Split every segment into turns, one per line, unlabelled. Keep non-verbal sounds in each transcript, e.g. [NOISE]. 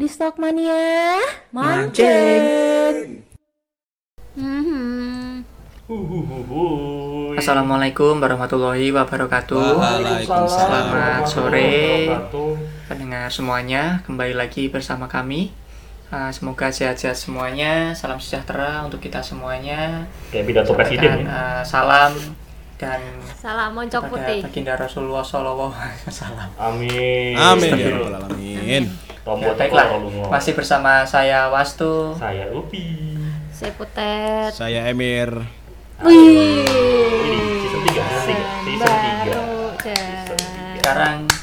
Stokmania
Mancing.
Mhm.
Assalamualaikum warahmatullahi wabarakatuh. Selamat sore. Pendengar semuanya, kembali lagi bersama kami. Ah, semoga sehat-sehat semuanya. Salam sejahtera untuk kita semuanya.
Kayak pidato
Sampaikan,
presiden ya.
ah, salam dan
Salam moncok
kepada
putih.
baginda Rasulullah Sallallahu Alaihi Wasallam.
Amin.
Amin ya
Astagfirullah.
rabbal alamin.
Ya,
Tombol
baiklah.
tekor lu ngomong.
Masih bersama saya Wastu.
Saya Upi.
Saya putet.
Saya Emir.
Wih.
Ini season 3, season 3, season
Baru
Season
Sekarang
3.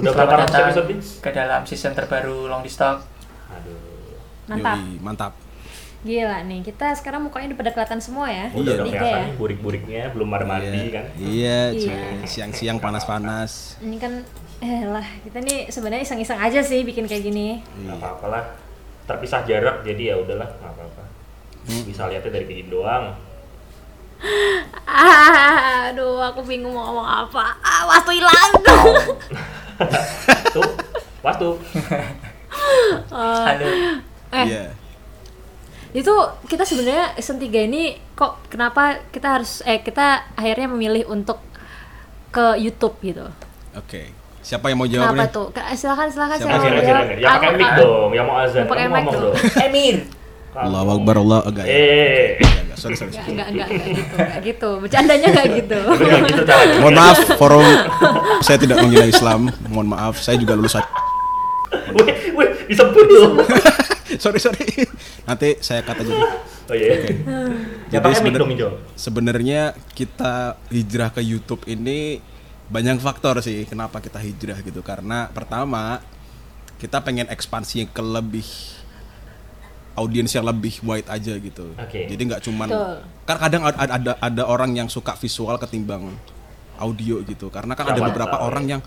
Udah berapa
selamat
ratus
datang
episode nih?
ke dalam season terbaru Long Stock.
Aduh.
Mantap.
Yoi, mantap.
Gila nih, kita sekarang mukanya udah pada kelihatan semua ya.
Udah
Iya,
udah
tiga
kelihatan
ya.
nih burik-buriknya belum mandi mandi
Iya,
kan.
Iya, cuy.
Iya.
Siang-siang panas-panas.
Ini kan eh lah, kita nih sebenarnya iseng-iseng aja sih bikin kayak gini.
Iya.
Enggak apa-apalah. Terpisah jarak jadi ya udahlah, enggak apa-apa.
Hmm.
Bisa lihatnya dari pinggir doang.
Ah, [LAUGHS] aduh, aku bingung mau ngomong apa. Ah, waktu hilang.
Tuh, waktu.
Halo.
Eh,
Iya.
[LAUGHS] itu kita sebenarnya season 3 ini kok kenapa kita harus eh kita akhirnya memilih untuk ke YouTube gitu.
Oke. Siapa yang mau jawab
Kenapa
nih?
tuh? Ke- Silakan silakan
Siapa
saya
Azan,
mau
azan,
jawab.
azan. Ya pakai
Aku-
mic dong, yang mau azan.
Yang pakai
Kamu
mic
ngomong
dong. Eh,
dong. Emir. Kamu
Allahu
ngomong.
akbar, Allah agak ya.
Eh.
Enggak, enggak, sorry, sorry.
Enggak, enggak, enggak, enggak gitu, enggak gitu. Bercandanya enggak gitu.
[LAUGHS]
Enggak gitu caranya. [LAUGHS]
Mohon maaf, forum saya tidak menggila Islam. Mohon maaf, saya juga lulusan. [LAUGHS]
Wih, wih, disebut loh.
sorry, sorry. Nanti saya kata jadi.
Oh iya. Ya pakai mic
sebenar-
dong, Jo.
sebenarnya kita hijrah ke YouTube ini banyak faktor sih kenapa kita hijrah gitu. Karena pertama kita pengen ekspansi ke lebih audiens yang lebih wide aja gitu.
Oke.
Jadi nggak cuman
Betul.
kan kadang ada, ada ada orang yang suka visual ketimbang audio gitu. Karena kan ada
Sama,
beberapa
sama.
orang yang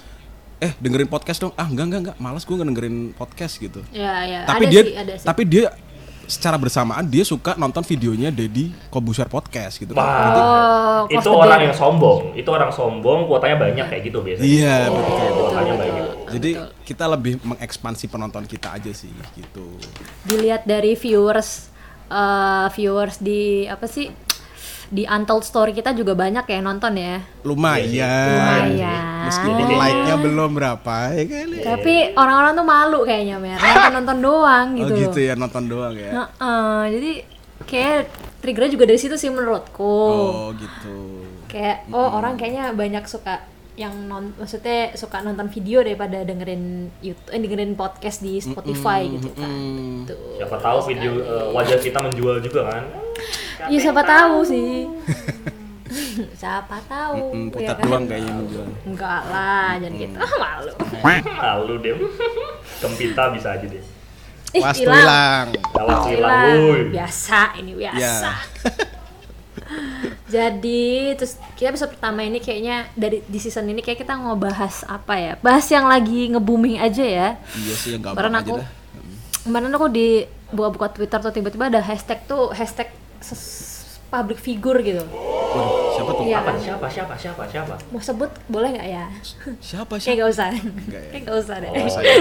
eh dengerin podcast dong. Ah enggak enggak enggak, malas gue dengerin podcast gitu
Ya, ya.
tapi
ada
dia
sih, ada sih.
tapi dia secara bersamaan dia suka nonton videonya Deddy Kobuser podcast gitu kan.
Wah,
Oh,
itu
cost
orang
gede.
yang sombong. Itu orang sombong, kuotanya banyak kayak gitu biasanya.
Iya,
Oh,
betul.
Kuotanya banyak.
Jadi kita lebih mengekspansi penonton kita aja sih gitu.
dilihat dari viewers eh, viewers di apa sih? Di Untold Story kita juga banyak ya yang nonton ya.
Lumayan. Meskipun
Lumayan. Gitu.
like-nya belum berapa ya kan.
Tapi orang-orang tuh malu kayaknya, Mer. Nonton-nonton doang gitu.
Oh
loh.
gitu ya nonton doang ya.
Heeh, jadi kayak triggernya juga dari situ sih menurutku.
Oh gitu.
Kayak oh orang kayaknya banyak suka yang non maksudnya suka nonton video daripada dengerin YouTube eh, dengerin podcast di Spotify gitu kan.
Hmm.
Gitu.
Siapa tahu video eh, wajah kita menjual juga kan?
Ya siapa tahu sih. [LAUGHS] siapa tahu.
Hmm,
ya
putar
kan?
doang kayaknya menjual.
Enggak lah, jangan gitu. Ah, malu.
Lalu deh. Kempita bisa aja deh.
Ih,
Wastu
hilang.
hilang.
Lawas hilang,
Hilang.
wuy.
Biasa ini biasa.
Ya.
[LAUGHS] Jadi terus kita episode pertama ini kayaknya dari di season ini kayak kita mau bahas apa ya? Bahas yang lagi nge-booming aja ya.
Iya sih yang gampang
Kemarin
aja
aku
dah.
kemarin aku di buka-buka Twitter tuh tiba-tiba ada hashtag tuh hashtag ses- public figure gitu.
Waduh, siapa tuh?
Oh,
Iya.
Apa? Siapa? Siapa? Siapa? Siapa?
Mau sebut boleh nggak ya?
Siapa
Kayak
siapa?
nggak usah.
Nggak ya?
Kayak nggak usah deh.
Oh,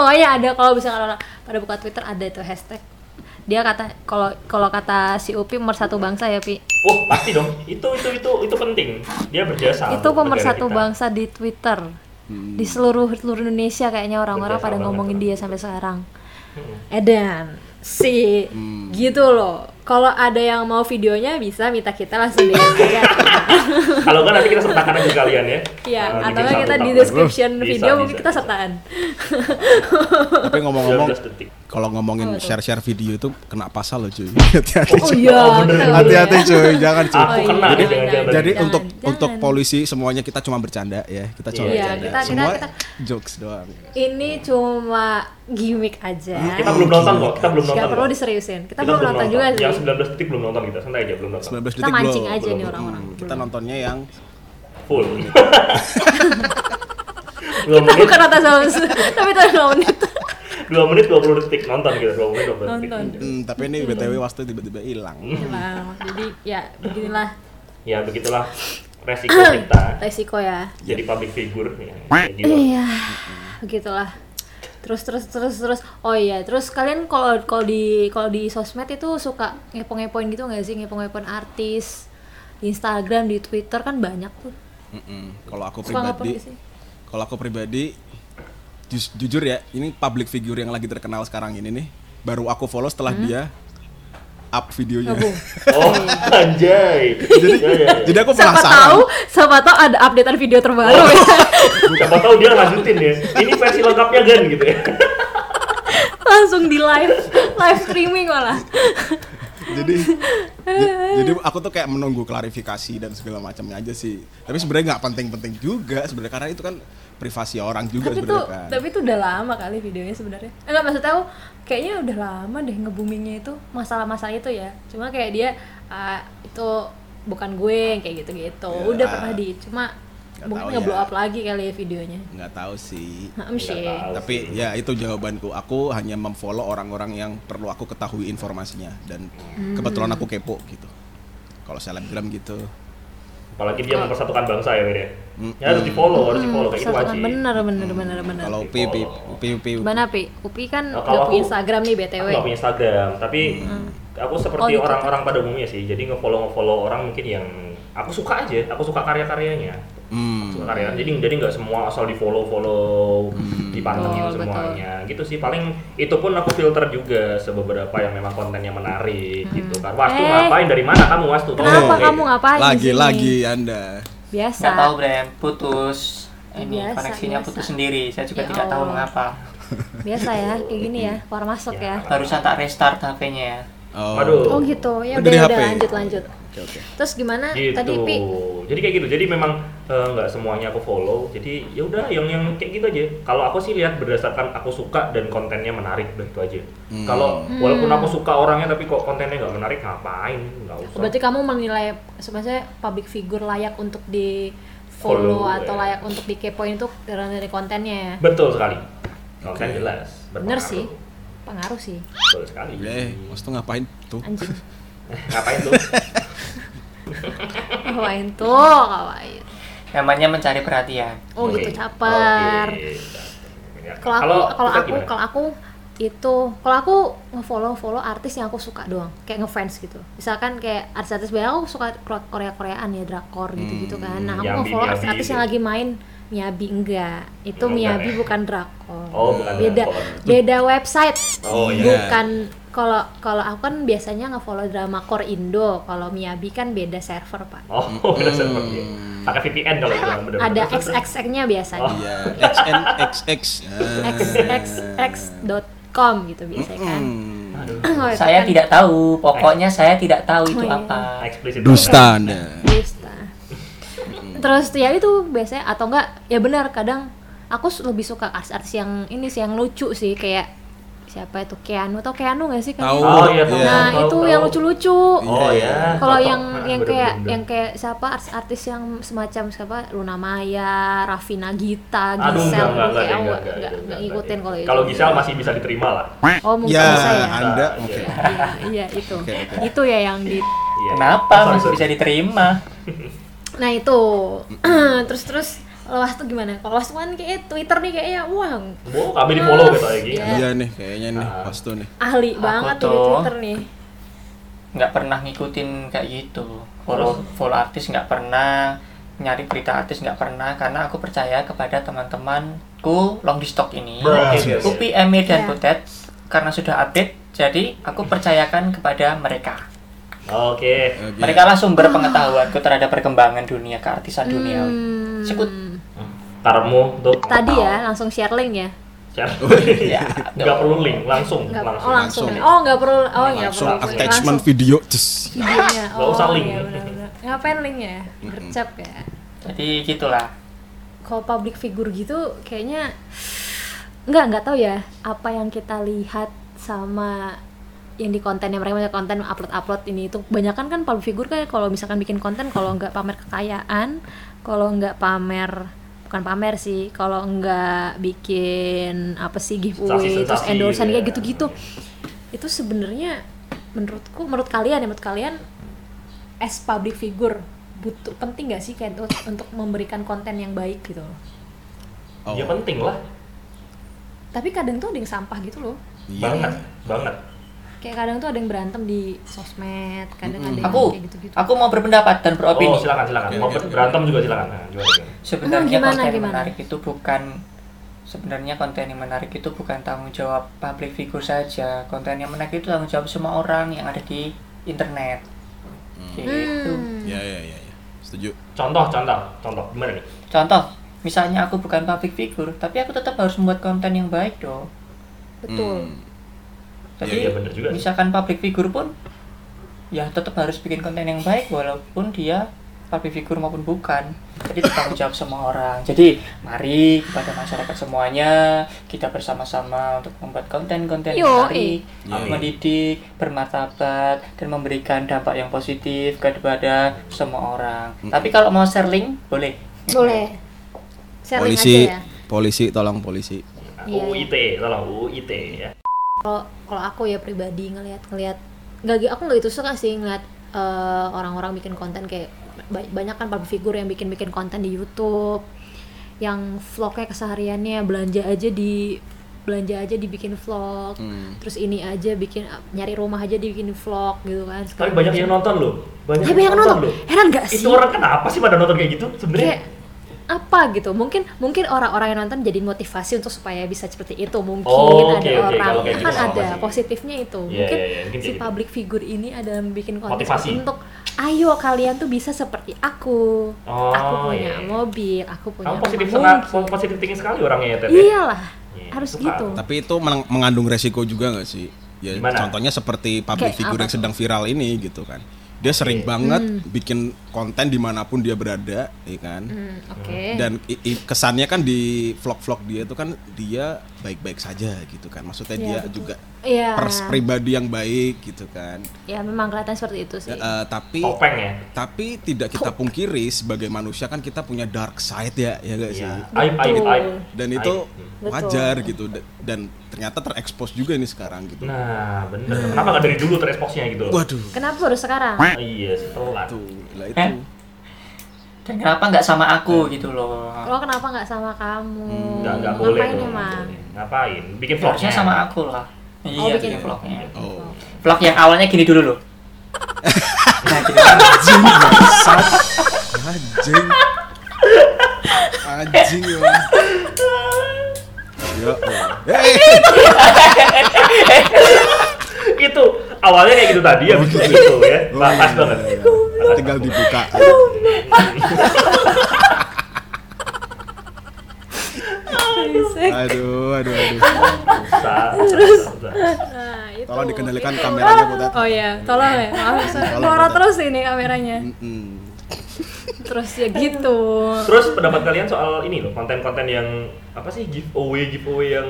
Pokoknya ada kalau bisa orang pada buka Twitter ada itu hashtag. Dia kata kalau kalau kata si Upi mersatu bangsa ya Pi.
Oh, pasti dong. Itu itu itu itu penting. Dia berjasa.
itu
untuk negara
pemersatu
kita.
bangsa di Twitter di seluruh seluruh Indonesia kayaknya orang-orang
Bekerja
pada
sama
ngomongin
banget
dia sampai sekarang
Hmm.
Edan si gitu loh kalau ada yang mau videonya bisa minta kita langsung DM aja
Kalau enggak nanti kita sertakan aja kalian ya.
ya
Eh, bikin
atau nggak
satu
kita di
tabel.
description
Bisa,
video
bisa,
mungkin kita
bisa.
sertaan
Tapi ngomong-ngomong
19 detik.
kalau ngomongin share-share video itu kena pasal loh cuy.
oh
[LAUGHS] Hati-hati. cuy.
iya
bener.
betul,
Hati-hati Ah,
iya.
cuy, jangan cuy.
Aku kena
iya,
nih, jangan-jangan.
Jadi
Jangan,
untuk
jangan.
untuk polisi semuanya kita cuma bercanda ya, kita cuma
Iya,
bercanda.
kita- kita-
Semua
kita-
jokes doang.
ini cuma gimmick aja
Hmm, Kita belum nonton kok. Kita belum nonton.
nggak perlu
kok.
diseriusin kita, belum nonton juga sih
Yang 19 detik belum nonton kita, santai aja belum nonton.
19 detik
kita mancing
belum.
aja nih
belum.
orang-orang
Hmm, Kita nontonnya yang
Full.
[LAUGHS]
Dua
kita
menit,
bukan atas haus [LAUGHS] tapi itu
[LAUGHS]
dua menit
dua menit 20 detik nonton kita, dua menit 20 detik.
Nonton.
hmm, tapi ini BTW waktu tiba-tiba hilang.
jadi ya beginilah
Ya begitulah resiko
Ah.
kita
resiko ya
Iya.
jadi public figure ya. Jadi,
iya begitulah terus terus terus terus oh iya terus kalian kalau kalau di kalau di sosmed itu suka ngepo-ngepoin gitu nggak sih ngepo-ngepoin artis di Instagram di Twitter kan banyak tuh
Mm-mm. Hmm, Kalau aku
Suka ngapain
pribadi,
sih?
kalau aku pribadi, jus- jujur ya, ini public figure yang lagi terkenal sekarang ini nih, baru aku follow setelah
Hmm?
dia up videonya.
Gabung.
Oh, anjay.
jadi,
Ya, ya, ya.
[LAUGHS] jadi aku
siapa
penasaran.
tahu siapa tahu ada updatean video terbaru ya [LAUGHS]
Siapa tahu dia lanjutin ya. Ini versi lengkapnya kan gitu ya.
langsung di live live streaming malah
Jadi, j- jadi aku tuh kayak menunggu klarifikasi dan segala macamnya aja sih. Tapi sebenarnya nggak penting-penting juga sebenarnya karena itu kan privasi orang juga
tapi tuh
sebenarnya kan.
tapi tuh udah lama kali videonya sebenarnya enggak maksudnya aku kayaknya udah lama deh ngebumingnya itu masalah-masalah itu ya cuma kayak dia ah, itu bukan gue kayak gitu-gitu
Ya.
udah pernah di cuma
Nggak
mungkin
tahu
nggak blow
ya.
up lagi kali ya videonya
Nggak tahu sih.
Am sih
Nggak tahu.
Tapi ya itu jawabanku. Aku hanya memfollow orang-orang yang perlu aku ketahui informasinya dan
Hmm.
kebetulan aku kepo gitu. Kalau selebgram gitu.
Apalagi dia mempersatukan bangsa ya, Mir ya. Ya harus di-follow, harus di-follow kayak gitu itu wajib.
Hmm, bener bener bener bener
Kalau Pipi Pipi
mana pi upi kan
Nah,
udah
kalau
punya
aku-
Instagram nih
Aku
btw
nggak punya Instagram, tapi aku
Oh,
seperti
gitu.
orang-orang pada umumnya sih. Jadi nge-follow nge-follow orang mungkin yang aku suka aja, aku suka karya-karyanya.
Hmm.
suka karya jadi jadi nggak semua asal di follow follow dipantengin
Oh, Betul,
semuanya gitu sih paling itu pun aku filter juga sebeberapa yang memang kontennya menarik gitu kan wastu
Eh.
ngapain dari mana kamu wastu
Oh,
kenapa
Tolong,
kamu
eh.
ngapain di sini?
Lagi-lagi Anda.
biasa
Nggak tahu Bram, putus. Ini
Biasa,
koneksinya
biasa.
putus sendiri. Saya juga
Ya
tidak tahu
Allah.
mengapa.
biasa ya kayak gini ya keluar masuk
Iya.
ya,
Barusan tak restart HP-nya ya.
Oh.
Waduh.
oh gitu ya
Dari HP.
udah udah lanjut lanjut
Oke, oke.
terus gimana
gitu
tadi pi
jadi kayak gitu jadi memang eh, nggak semuanya aku follow jadi ya udah yang yang kayak gitu aja kalau aku sih lihat berdasarkan aku suka dan kontennya menarik udah itu aja kalau
Hmm.
walaupun aku suka orangnya tapi kok kontennya nggak menarik ngapain nggak usah
Berarti kamu menilai sebenarnya public figure layak untuk di follow
Follow,
atau
ya.
layak untuk dikepoin itu karena dari kontennya ya.
betul sekali konten jelas
Bener
berpengaruh.
sih. Pengaruh sih.
betul sekali [LAUGHS]
Eh, Mas tuh ngapain tuh?
Anjing.
ngapain tuh
Kawain tuh, kawain.
Namanya mencari perhatian.
[LAUGHS] Oh gitu caper. iya, Kalau aku kalau aku kalau aku itu kalau aku ngefollow follow artis yang aku suka doang kayak ngefans gitu misalkan kayak artis-artis banyak aku suka Korea Koreaan ya drakor gitu gitu kan nah aku
Miyabi,
ngefollow
Miyabi
artis-artis
gitu.
yang lagi main Miyabi enggak itu
Bukan
Miyabi
ya?
bukan drakor
Oh, bukan
beda
drakor.
beda website
Oh, iya.
bukan kalau kalau aku kan biasanya ngefollow drama core Indo kalau Miyabi kan beda server pak
oh [LAUGHS] udah seperti itu. pakai VPN kalau itu bener
ada xxx-nya biasanya
Iya, XNXX. Oh, iya.
xxx.com gitu biasanya kan [CLEARS THROAT] Website
Saya tidak tahu, pokoknya saya tidak tahu itu
kan Oh, iya.
apa.
eksplisit
Dusta Anda.
Dusta. Terus ya itu biasanya atau enggak ya benar kadang aku su- lebih suka artis-artis yang ini sih yang lucu sih kayak siapa itu Keanu atau Keanu nggak sih kan?
Tahu.
oh iya tahu,
Nah
tahu,
itu
tahu.
yang lucu-lucu.
Iya,
oh ya
Kalau yang yang kayak yang kayak siapa artis-artis yang semacam siapa Luna Maya, Rafina Gita,
Aduh,
Gisel,
enggak, enggak, enggak,
kayak aku
enggak,
nggak-
enggak,
nggak
enggak,
ngikutin kalau gitu. itu.
Kalau Gisel masih bisa diterima lah.
oh mungkin
Ya,
bisa ya.
Anda.
Nah,
Oke.
iya.
Iya, iya itu.
Oke, oke.
Itu ya yang di
Iya.
Kenapa
Sorry,
masih
sorry.
bisa diterima?
Nah itu [CLEARS THROAT] terus terus kalau was tuh gimana? Kalau was tuh kan kayak Twitter nih kayaknya wah
Wow, kami di follow gitu ya gini.
Iya.
Iya nih, kayaknya nih, pas tuh nih.
ahli
Aku
banget tuh di
tuh-
Twitter nih.
Nggak pernah ngikutin kayak gitu. Follow, follow artis nggak pernah, nyari berita artis nggak pernah, karena aku percaya kepada teman-temanku long di stock ini.
Bro. Oke, oke.
Upi, Emir, dan
Iya.
Butet, karena sudah update, jadi aku percayakan kepada mereka.
Oke.
Oke.
Mereka lah sumber pengetahuanku terhadap perkembangan dunia keartisan dunia.
Hmm,
Sekut.
Karmu tuh.
Tadi ya langsung share link ya.
Siap.
Ya,
Nggak perlu link, langsung,
Nggak,
langsung.
oh langsung.
Langsung.
ya. Oh nggak perlu. Oh nggak
Langsung
perlu.
attachment video. Cus.
videonya.
[LAUGHS] Nggak usah link.
iya, benar-benar. Ngapain linknya? Gercep ya.
Jadi gitulah.
Kalau public figure gitu kayaknya nggak nggak tahu ya apa yang kita lihat sama yang di kontennya mereka banyak konten upload upload ini itu kebanyakan kan public figure kayak kalau misalkan bikin konten kalau nggak pamer kekayaan kalau nggak pamer bukan pamer sih kalau nggak bikin apa sih giveaway terus
Sensasi-sensasi
endorsean
gitu
kayak
ya.
gitu gitu itu sebenarnya menurutku menurut kalian ya menurut kalian as public figure butuh penting nggak sih kayak untuk-
Iya,
untuk memberikan konten yang baik gitu loh
Oh.
Ya penting lah.
tapi kadang tuh ada yang sampah gitu loh
Iya.
banget banget
kayak kadang tuh ada yang berantem di sosmed kadang ada yang
Aku
Hmm. kayak gitu-gitu
aku mau berpendapat dan beropini.
oh silakan silakan
Oke,
mau
oke, oke.
berantem juga silakan nah, gimana, gimana?
Emang
Sebenarnya
gimana,
konten yang
gimana?
menarik itu bukan sebenarnya konten yang menarik itu bukan tanggung jawab public figure saja. Konten yang menarik itu tanggung jawab semua orang yang ada di internet. Gitu.
Hmm.
Ya ya ya ya. Setuju.
contoh contoh contoh gimana nih
Contoh, misalnya aku bukan public figure, tapi aku tetap harus membuat konten yang baik dong.
betul
Hmm.
Jadi
Iya, iya, bener juga.
misalkan public figure pun ya tetap harus bikin konten yang baik walaupun dia public figure maupun bukan. Jadi itu tanggung jawab semua orang. Jadi mari kepada masyarakat semuanya kita bersama-sama untuk membuat konten-konten yang
Yo,
menarik,
Yoi.
mendidik, bermartabat dan memberikan dampak yang positif kepada semua orang. Tapi kalau mau share link boleh.
boleh sharing
Polisi,
aja ya
polisi, tolong polisi.
Iya,
UU ITE salah UU ITE ya
kalau aku ya pribadi ngelihat ngelihat nggak gi- aku nggak itu suka sih ngelihat eh, orang-orang bikin konten kayak ba- banyak kan public figure yang bikin bikin konten di YouTube yang vlognya kesehariannya belanja aja di belanja aja dibikin
Mm.
vlog
Hmm.
terus ini aja bikin nyari rumah aja dibikin vlog gitu kan
tapi banyak yang nonton loh banyak,
ya, banyak yang nonton heran gak sih
itu orang kenapa sih pada nonton kayak gitu sebenarnya
kayak apa gitu mungkin mungkin orang-orang yang nonton jadi motivasi untuk supaya bisa seperti itu mungkin
Oh, oke,
ada
oke.
orang
Kalau kayak gitu
kan
sama
ada
sih.
positifnya itu
Iya,
mungkin
iya, iya. Mungkin
si
kayak gitu.
public figure ini adalah bikin konten
Motivasi.
untuk ayo kalian tuh bisa seperti aku
Oh,
aku punya
iya.
mobil aku punya
kamu positif
rumah
sangat
mungkin.
positif thinking sekali orangnya ya Ted ya?
iyalah
Iya,
harus
suka.
gitu
Tapi itu menang- mengandung resiko juga nggak sih? Ya
Gimana?
contohnya seperti public
Kayak
figure
apa
yang sedang viral ini gitu kan. Dia sering banget bikin konten dimanapun dia berada, ya kan.
Hmm, oke
Dan i- i- kesannya kan di vlog-vlog dia itu kan dia baik-baik saja gitu kan. Maksudnya
Iya,
dia
betul.
juga
Iya.
pers pribadi yang baik gitu kan.
ya memang kelihatan seperti itu sih
Eh, tapi
topeng ya
tapi tidak kita pungkiri sebagai manusia kan kita punya dark side ya, ya nggak
Iya.
sih?
aib aib aib
dan itu
Betul.
wajar gitu Da- dan ternyata terekspos juga ini sekarang gitu
nah bener kenapa nggak dari dulu tereksposnya gitu loh
waduh
kenapa baru sekarang
iya setelah
Hmm,
tuh lah itu
Eh. Dan kenapa nggak sama aku gitu loh?
lo Oh, kenapa nggak sama kamu
Hmm, nggak nggak boleh
ngapain
tuh.
emang Nah,
ngapain bikin vlognya
Vlognya sama aku lah.
Oh,
Iya,
bikin
bikin vlognya.
oh
Vlog yang awalnya gini dulu loh. nah, gini dulu.
anjing bangsat. anjing anjing ya ya Allah. Eh,
itu awalnya kayak gitu tadi ya gitu, ya
Oh,
Nah, pas
iya,
banget
iya, iya. tinggal dibuka aduh aduh aduh
Susah, susah.
Nah, itu.
tolong dikendalikan kameranya Potat.
Oh iya, tolong ya.
[LAUGHS]
Maaf,
Tolong,
Nora
Potat.
terus ini kameranya.
Mm-mm.
Terus ya gitu.
Terus pendapat kalian soal ini loh, konten-konten yang apa sih giveaway giveaway yang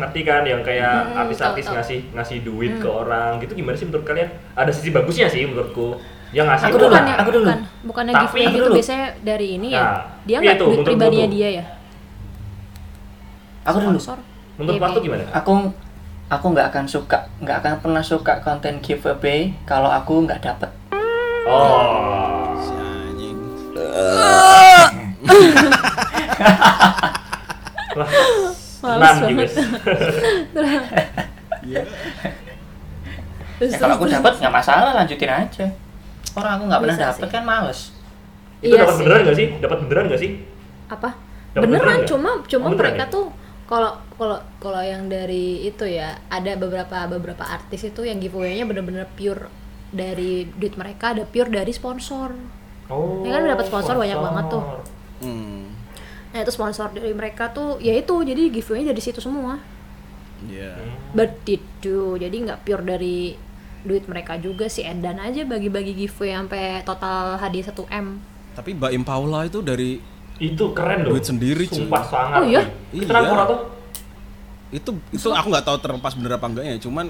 ngerti kan yang kayak
Hmm,
artis-artis
tahu, tahu.
ngasih ngasih duit ke
Mm.
orang gitu gimana sih menurut kalian? Ada sisi bagusnya sih menurutku. Yang ngasih
Aku
Itu
itu
dulu,
bukannya
orang.
aku dulu.
bukan bukannya
Tapi
giveaway
aku
itu
dulu.
biasanya dari ini ya.
Nah,
dia
iya
nggak
tuh,
duit
menurut
pribadinya
gua tuh.
dia ya.
Aku dulu.
Sponsor.
Menurut
Iya,
waktu
iya.
gimana?
Aku aku nggak akan suka, nggak akan pernah suka konten giveaway kalau aku nggak dapet.
Oh.
Si anjing
Wah,
[LAUGHS] Males
senang gitu.
banget. Terus,
Ya, kalau aku
terus,
dapet nggak masalah, lanjutin aja. Orang aku nggak pernah
Bisa
dapet
sih.
kan males.
[LAUGHS] Itu
Iya
dapat
sih.
beneran nggak sih? Dapat beneran nggak sih?
apa?
Dapat beneran
Beneran
nggak?
cuma cuma
Oh, beneran
mereka
ya?
tuh kalau kalau kalau yang dari itu ya ada beberapa beberapa artis itu yang giveaway-nya bener-bener pure dari duit mereka ada pure dari sponsor.
Oh.
Ya kan dapat sponsor banyak banget tuh.
hmm
Nah itu sponsor dari mereka tuh ya itu jadi giveaway dari situ semua.
ya
Begitu. Jadi nggak pure dari duit mereka juga si Endan aja bagi-bagi giveaway sampai total hadiah 1 m.
tapi Mbak Impaula itu dari
Itu keren loh.
Duit sendiri, cuy.
Sumpah sangat.
Oh, iya?
cuy.
Iya.
Kenapa Pura, tuh?
itu itu aku nggak tahu terlepas bener apa enggaknya cuman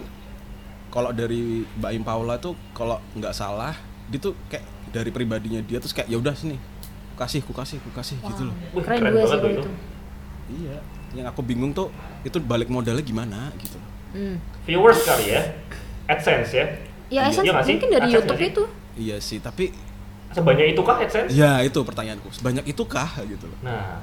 kalau dari Mbak Im Paula tuh kalau nggak salah dia tuh kayak dari pribadinya dia terus kayak ya udah sini kasih ku kasih ku kasih gitu loh
Wih,
Keren
keren
juga
banget
sih
loh
gitu. kalau
itu.
itu.
iya yang aku bingung tuh itu balik modalnya gimana gitu
Hmm.
Viewers kali ya. AdSense ya.
Ya
Iya,
Essence
iya nggak sih?
mungkin dari
Essence
YouTube
nggak sih?
itu. Nah,
iya sih tapi
Sebanyak itu kah AdSense?
ya itu pertanyaanku sebanyak itukah gitu loh
Nah,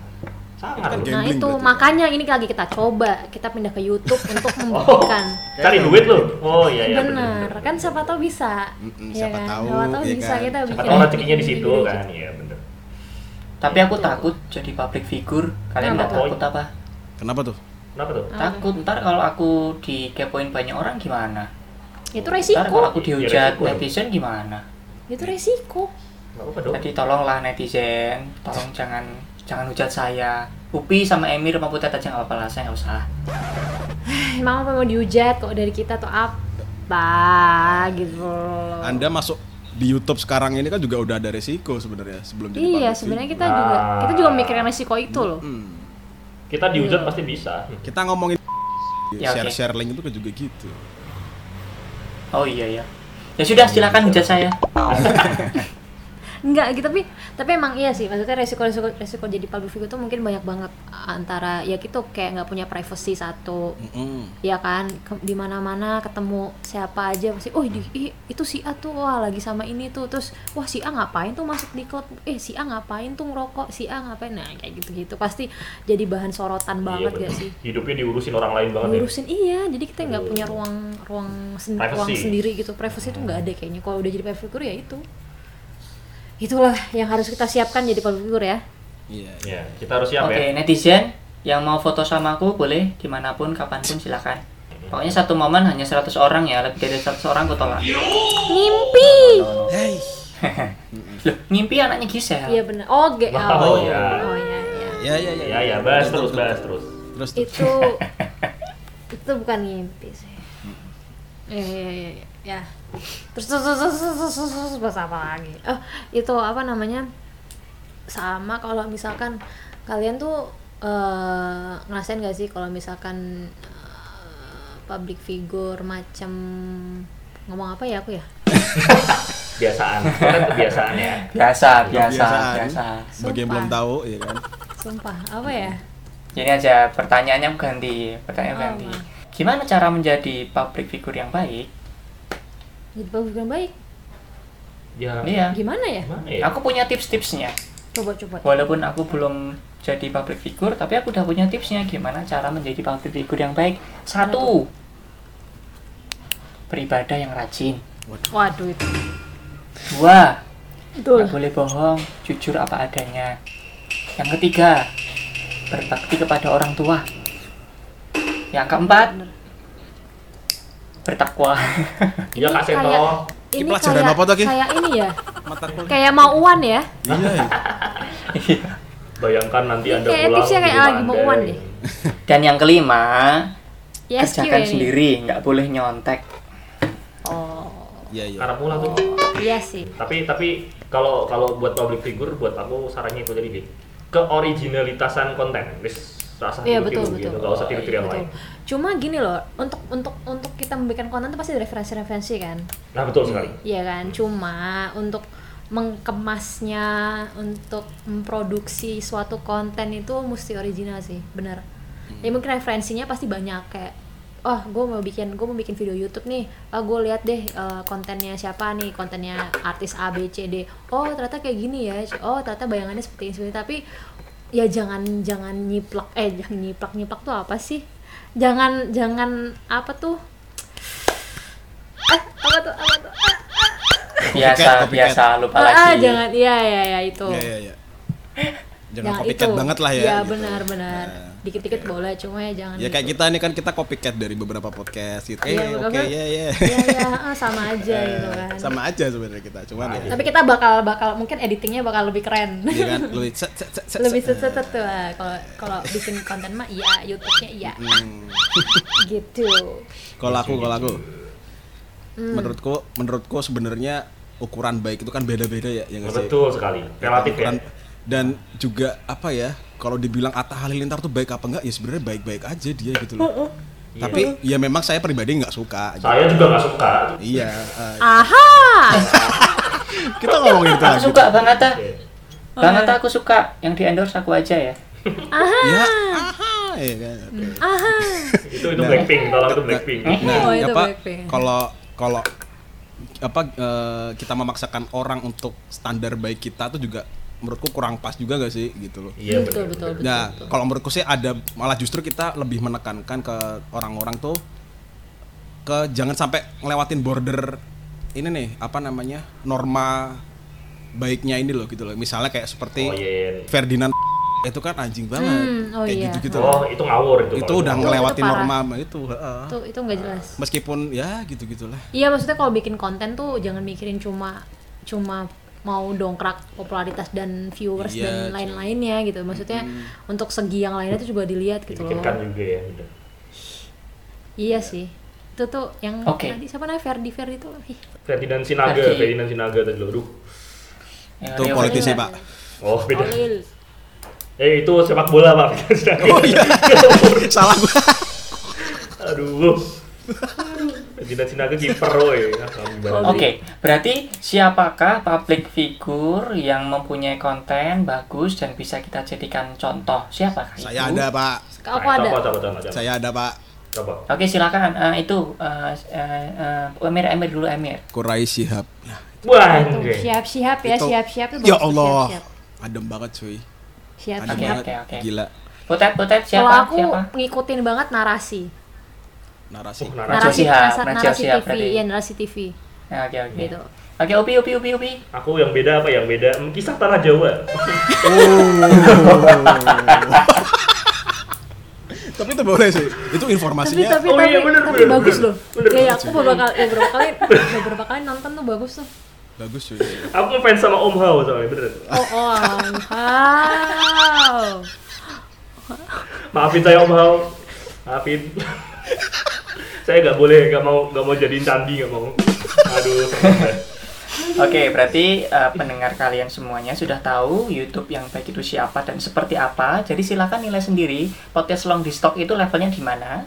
sangat
Kan
loh.
Nah
Gambling
itu
berarti.
makanya ini lagi kita coba kita pindah ke YouTube
[LAUGHS]
untuk membuktikan.
cari duit lo oh iya iya
bener kan siapa tahu bisa.
Mm-mm,
Iya
siapa
kan?
tahu,
Siapa tahu
iya
bisa
kan?
kita
siapa
bikin.
tahu rezekinya di situ
video-video
kan
gitu.
iya bener
Tapi
Iya,
aku takut jadi public figure. Kalian nggak
Kenapa?
takut apa?
Kenapa tuh?
kenapa tuh
Ah.
Takut ntar kalau aku dikepoin banyak orang gimana?
Itu
Ntar
resiko.
kalau aku dihujat
resiko dong.
netizen gimana?
Itu resiko.
nggak apa-apa dong
Jadi tolonglah netizen, tolong jangan jangan hujat saya. Upi sama Emir sama Putet aja nggak apa-apa lah, saya nggak usah.
Eh, Emang apa mau dihujat kok dari kita tuh apa gitu. loh.
Anda masuk di YouTube sekarang ini kan juga udah ada resiko sebenarnya sebelum jadi
Iya
public
sebenarnya gitu.
figure.
kita juga
Ah.
kita juga memikirkan resiko itu loh.
Hmm.
kita dihujat
Iya.
pasti bisa Iya,
Kita ngomongin
Ya, oke.
share-share link itu juga gitu.
Oh iya ya. Ya sudah silakan hujat saya.
Enggak gitu tapi tapi emang iya sih maksudnya resiko resiko resiko jadi public figure tuh mungkin banyak banget antara ya gitu kayak nggak punya privacy satu
Mm.
Mm-mm.
ya kan ke- di mana mana ketemu siapa aja pasti oh di, ih, itu si A tuh wah lagi sama ini tuh terus wah si A ngapain tuh masuk di klub eh si A ngapain tuh ngerokok si A ngapain nah kayak gitu gitu pasti jadi bahan sorotan banget
Iya, bener.
gak sih
hidupnya diurusin orang lain banget ya
ngurusin iya jadi kita nggak punya ruang ruang sen-
Privacy.
ruang sendiri gitu privacy itu nggak ada kayaknya kalau udah jadi public figure ya itu itulah yang harus kita siapkan jadi public figure ya
Iya. iya.
ya kita harus siap
Oke
ya
netizen yang mau foto sama aku boleh dimanapun kapanpun silakan. Pokoknya satu momen hanya 100 orang ya, lebih dari 100 orang aku tolak.
Iya.
ngimpi
Hey.
Loh, ngimpi anaknya Gisel.
iya benar oh GL
Wow, ya.
oh iya iya
Ya ya ya.
ya ya bahas
Betul,
terus
betul,
bahas
betul.
terus
Terus tuh.
[LAUGHS] itu itu bukan ngimpi sih ya ya ya ya, ya. terus terus terus terus terus, terus, terus, bahas apa lagi oh itu apa namanya sama kalau misalkan kalian tuh eh, ngerasain gak sih kalau misalkan eh, public figure macam ngomong apa ya aku ya
kebiasaan kan kebiasaan ya
Biasa, biasa,
Kebiasaan.
biasa.
Bagi yang belum
Sumpah.
tahu ya kan.
sumpah apa ya
Ini aja pertanyaannya aku ganti, pertanyaan
Oh,
ganti.
Bang.
Gimana cara menjadi public figure yang baik?
jadi public figure yang baik
ya
Iya.
gimana ya
gimana ya
Aku punya tips-tipsnya.
coba coba
Walaupun aku belum jadi public figure, tapi aku udah punya tipsnya gimana cara menjadi public figure yang baik. Satu, beribadah yang rajin.
waduh itu
Dua,
betul
nggak boleh bohong, jujur apa adanya. Yang ketiga, berbakti kepada orang tua. Yang keempat,
Bener. [LAUGHS]
bertakwa.
ya
Ini
kak Seto
kayak-
Ini
ini
pelajaran
kayak,
apa tuh, Ki?
kayak ini ya
Mata kuliah.
kayak mauan ya
Iya. ya.
Iya.
bayangkan nanti
Ini
anda
kayak
pulang
tipsnya
di
kayak
rumah
lagi mau
Anda.
uan deh.
Dan yang kelima,
Yes,
kerjakan
Q ini.
sendiri, nggak boleh nyontek.
Oh,
Iya iya.
karena pula tuh
iya sih.
tapi tapi kalau kalau buat public figure buat aku sarannya itu tadi deh keoriginalitasan konten wis rasa
Iya
tiru-tiru
betul betul. Iya,
gitu nggak usah tiru-tiru yang
Betul.
lain
Cuma gini loh, untuk untuk untuk kita memberikan konten itu pasti ada referensi-referensi kan,
nah betul sekali
iya kan. Cuma untuk mengkemasnya, untuk memproduksi suatu konten itu mesti original sih, benar. Ya mungkin referensinya pasti banyak kayak, oh gue mau bikin gue mau bikin video YouTube nih, oh, gue lihat deh eh, kontennya siapa nih, kontennya artis A B C D, oh ternyata kayak gini ya, oh ternyata bayangannya seperti ini, seperti ini. tapi ya jangan jangan nyiplak eh jangan nyiplak nyiplak tuh apa sih jangan jangan apa tuh ah, apa tuh apa tuh ah,
Biasa,
Copycat, copycat.
biasa, lupa
ah,
lagi.
jangan iya iya iya itu
Iya iya iya. Jangan
Jangan
copycat
itu.
banget lah ya.
Iya
gitu.
benar benar.
Nah.
Dikit-dikit boleh cuma ya jangan.
Ya kayak
gitu.
kita ini kan kita copycat dari beberapa podcast gitu.
Iya,
Eh,
beberapa-
oke, ya ya.
Iya iya ah,
[LAUGHS]
sama aja gitu kan.
Eh, Sama aja sebenarnya kita, cuman ya.
Tapi kita bakal bakal mungkin editingnya bakal lebih keren.
Iya
[LAUGHS]
kan? eh. Lebih set set set set.
lebih
set.
seset tuh ah. kalau kalau bikin konten mah iya YouTube-nya iya
Hmm.
[LAUGHS] gitu.
Iya
Kalau aku, kalau
gitu.
aku. Menurutku, menurutku sebenarnya ukuran baik itu kan beda-beda ya, ya nggak sih?
betul sekali relatif ya
Ukuran- Dan juga apa ya? Kalau dibilang Atta Halilintar tuh baik apa enggak? Ya sebenarnya baik-baik aja dia gitu loh. Tapi ya memang saya pribadi nggak suka. gitu.
saya juga nggak suka
Iya. eh,
Aha.
[LAUGHS] kita ngomongin itu
Aku
lagi.
suka Bang Atta. Bang Atta aku suka. Yang di endorse aku aja ya.
Ya. Aha, ya kan. oke.
itu itu blackpink tolong itu blackpink
Nah,
Oh, itu
apa
baik-baik.
kalau kalau apa eh, kita memaksakan orang untuk standar baik kita tuh juga menurutku kurang pas juga gak sih gitu loh.
Iya benar,
Betul, betul,
benar.
betul.
Nah, kalau menurutku sih ada malah justru kita lebih menekankan ke orang-orang tuh ke jangan sampai ngelewatin border ini nih apa namanya norma baiknya ini loh gitu loh. Misalnya kayak seperti
Oh iya. iya.
Ferdinand itu kan anjing banget
Hmm, oh
kayak
iya.
gitu-gitu loh.
Oh iya. itu ngawur itu. kalau
itu udah
ngawur.
ngele-
ngelewatin
parah.
norma itu. heeh.
Itu itu nggak jelas.
Meskipun ya gitu-gitulah.
Iya maksudnya kalau bikin konten tuh jangan mikirin cuma cuma mau dongkrak popularitas dan viewers
Iya, Hmm.
dan
cuy.
lain-lainnya gitu. Maksudnya untuk segi yang lainnya tuh juga dilihat gitu loh.
Dipikirkan juga ya. Bener.
Iya sih. Itu tuh yang
Oke.
tadi siapa namanya Ferdi Ferdi itu. Ih,
Ferdinand Sinaga,
Ferdi.
Ferdinand Sinaga tadi loh. Aduh.
Ya,
Itu
Rio
politisi,
Iya.
Pak.
Oh beda.
Olil.
Eh itu sepak bola pak. Ferdinand Sinaga.
Oh iya.
[LAUGHS]
[LAUGHS] Salah gua.
Aduh. Ferdinand Sinaga kiper woy. Ah, kami banget.
Oke, berarti siapakah public figure yang mempunyai konten bagus dan bisa kita jadikan contoh? Siapakah itu?
Saya ada, Pak.
Nah,
Aku ada.
Coba, coba, coba, coba.
Saya ada, Pak.
Coba.
Oke, silakan. Eh, itu eh, eh, eh, Emir, Emir dulu Emir.
Kurai Shihab. Nah,
Wah,
Tuh,
anjay.
Siap-siap ya,
Itu-
siap-siap tuh
Ya
bagus tuh,
Allah.
siap-siap. Ya,
Adem banget cuy. Adem
Siap-siap.
Ada.
banget.
oke, oke.
Gila.
Putet, Putet
Kalau
siapa?
aku
siapa?
ngikutin banget narasi.
Narasi.
Oh, narasi.
Narasi
Shihab,
narasi,
Najwa
narasi
Shihab
TV,
berarti.
iya narasi TV
Ya, Oke, oke.
gitu.
Oke, Upi, Upi, Upi, Upi.
Aku yang beda apa yang beda? Hmm, Kisah tanah Jawa.
[LAUGHS] Tapi itu boleh sih. Itu
tapi
informasinya.
tapi
Oh
tapi,
iya, bener,
tapi
bener,
bagus
bener.
loh
Bener
iya ya,
banget
aku beberapa kali beberapa
[LAUGHS]
kali beberapa kali nonton tuh bagus tuh
Bagus cuy.
Aku ngefans sama Om Hao soalnya beneran.
oh oh wow
Maafin saya Om Hao. Maafin. [LAUGHS] saya nggak boleh, nggak mau, nggak mau jadiin candi, nggak mau. Aduh.
Oke, berarti eh, pendengar kalian semuanya sudah tahu YouTube yang baik itu siapa dan seperti apa. Jadi silakan nilai sendiri podcast long di stock itu levelnya di mana.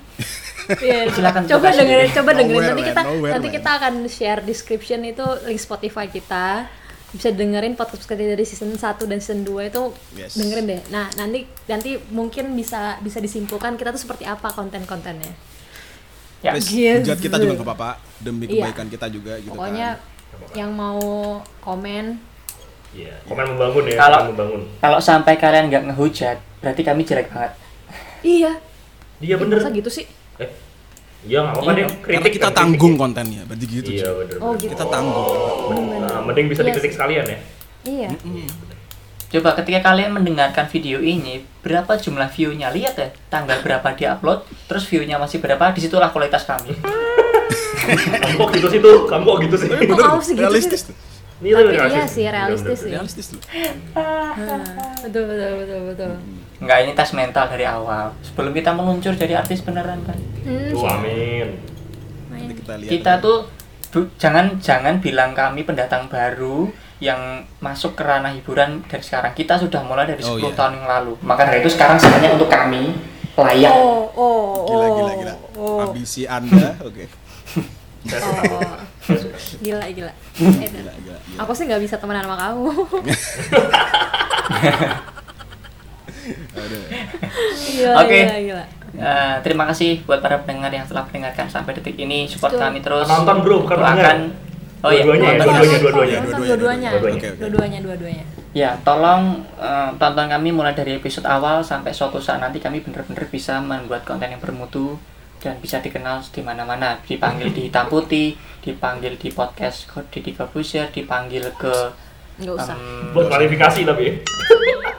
Iya,
Silakan
coba
buka
dengerin
sendiri.
coba dengerin
Nowhere
nanti
land,
kita
nowhere
nanti
land.
kita akan share description itu link Spotify kita bisa dengerin podcast podcast dari season 1 dan season 2 itu
Yes.
dengerin deh nah nanti nanti mungkin bisa bisa disimpulkan kita tuh seperti apa konten-kontennya
Ya.
Please,
Gitu.
hujat kita juga nggak apa-apa. Demi
Iya.
kebaikan kita juga gitu
pokoknya
kan.
yang mau komen
Iya, komen membangun ya,
Kalau-
komen membangun.
Kalau sampai kalian nggak ngehujat, berarti kami jelek banget.
iya
Iya
Ih,
bener.
masa gitu sih
Eh, iya nggak apa-apa
Iya,
deh.
Karena
Kritik
kita
kan, kritik.
tanggung kontennya. Berarti gitu
Iya
cuy.
bener.
Oh,
bener.
gitu.
Kita tanggung.
Nah, mending bisa
Iya
dikritik
sih.
sekalian ya.
iya
Coba ketika kalian mendengarkan video ini, berapa jumlah view-nya? Lihat ya, tanggal berapa dia upload, terus view-nya masih berapa, disitulah kualitas kami.
Kamu kok gitu sih tuh? Kamu kok gitu sih?
Tapi bener,
kamu Oh, segitu
realistis. tuh.
sih?
Ini
Tapi
realistis.
iya sih,
Bener,
realistis
bener.
Realistis tuh.
betul betul betul betul
Nggak, ini tes mental dari awal. Sebelum kita meluncur jadi artis beneran kan.
Hmm,
Tuh, amin.
Nanti kita
Iya,
lihat.
Kita tuh du- jangan jangan bilang kami pendatang baru yang masuk ke ranah hiburan dari sekarang. Kita sudah mulai dari 10
Oh, iya.
tahun yang lalu. Maka dari itu sekarang sebenarnya untuk kami layak.
oh oh oh
Gila, gila, gila.
oh, [LAUGHS]
Ambisi Anda, [LAUGHS] oke.
Saya
oh,
suka.
oh. gila gila Eh,
Gila, gila, gila.
aku sih nggak bisa temenan sama kamu
Aduh.
gila
Oke.
gila gila
Eh, terima kasih buat para pendengar yang telah mendengarkan sampai detik ini. Support
Betul.
kami terus.
Penonton, bro, bukan pendengar.
Doakan. Oh iya.
Dua-duanya ya,
penonton.
dua-duanya,
Nonton,
dua-duanya.
nonton
Dua-duanya,
dua-duanya
dua-duanya. Oke, oke.
dua-duanya dua-duanya
Ya, tolong eh, tonton kami mulai dari episode awal sampai suatu saat nanti kami benar-benar bisa membuat konten yang bermutu dan bisa dikenal di mana-mana. Dipanggil di hitam putih, dipanggil di podcast Didi Corbuzier, dipanggil ke
nggak usah
em,
Buat klarifikasi tapi.
Ah.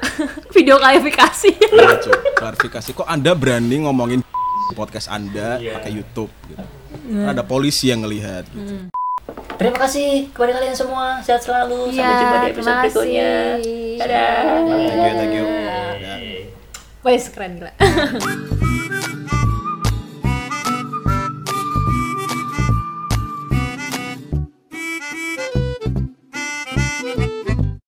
video klarifikasi
Iya, cuy. Klarifikasi kok Anda berani ngomongin [LAUGHS] di podcast Anda
Iya.
pakai YouTube gitu. Karena
Iya.
Ada polisi yang ngelihat gitu.
Terima kasih kepada kalian semua. Sehat selalu. Sampai
Iya,
jumpa di episode
terima
berikutnya.
kasih.
Dadah.
Iya.
Thank you, thank you. Ya.
wes keren gila
Oke.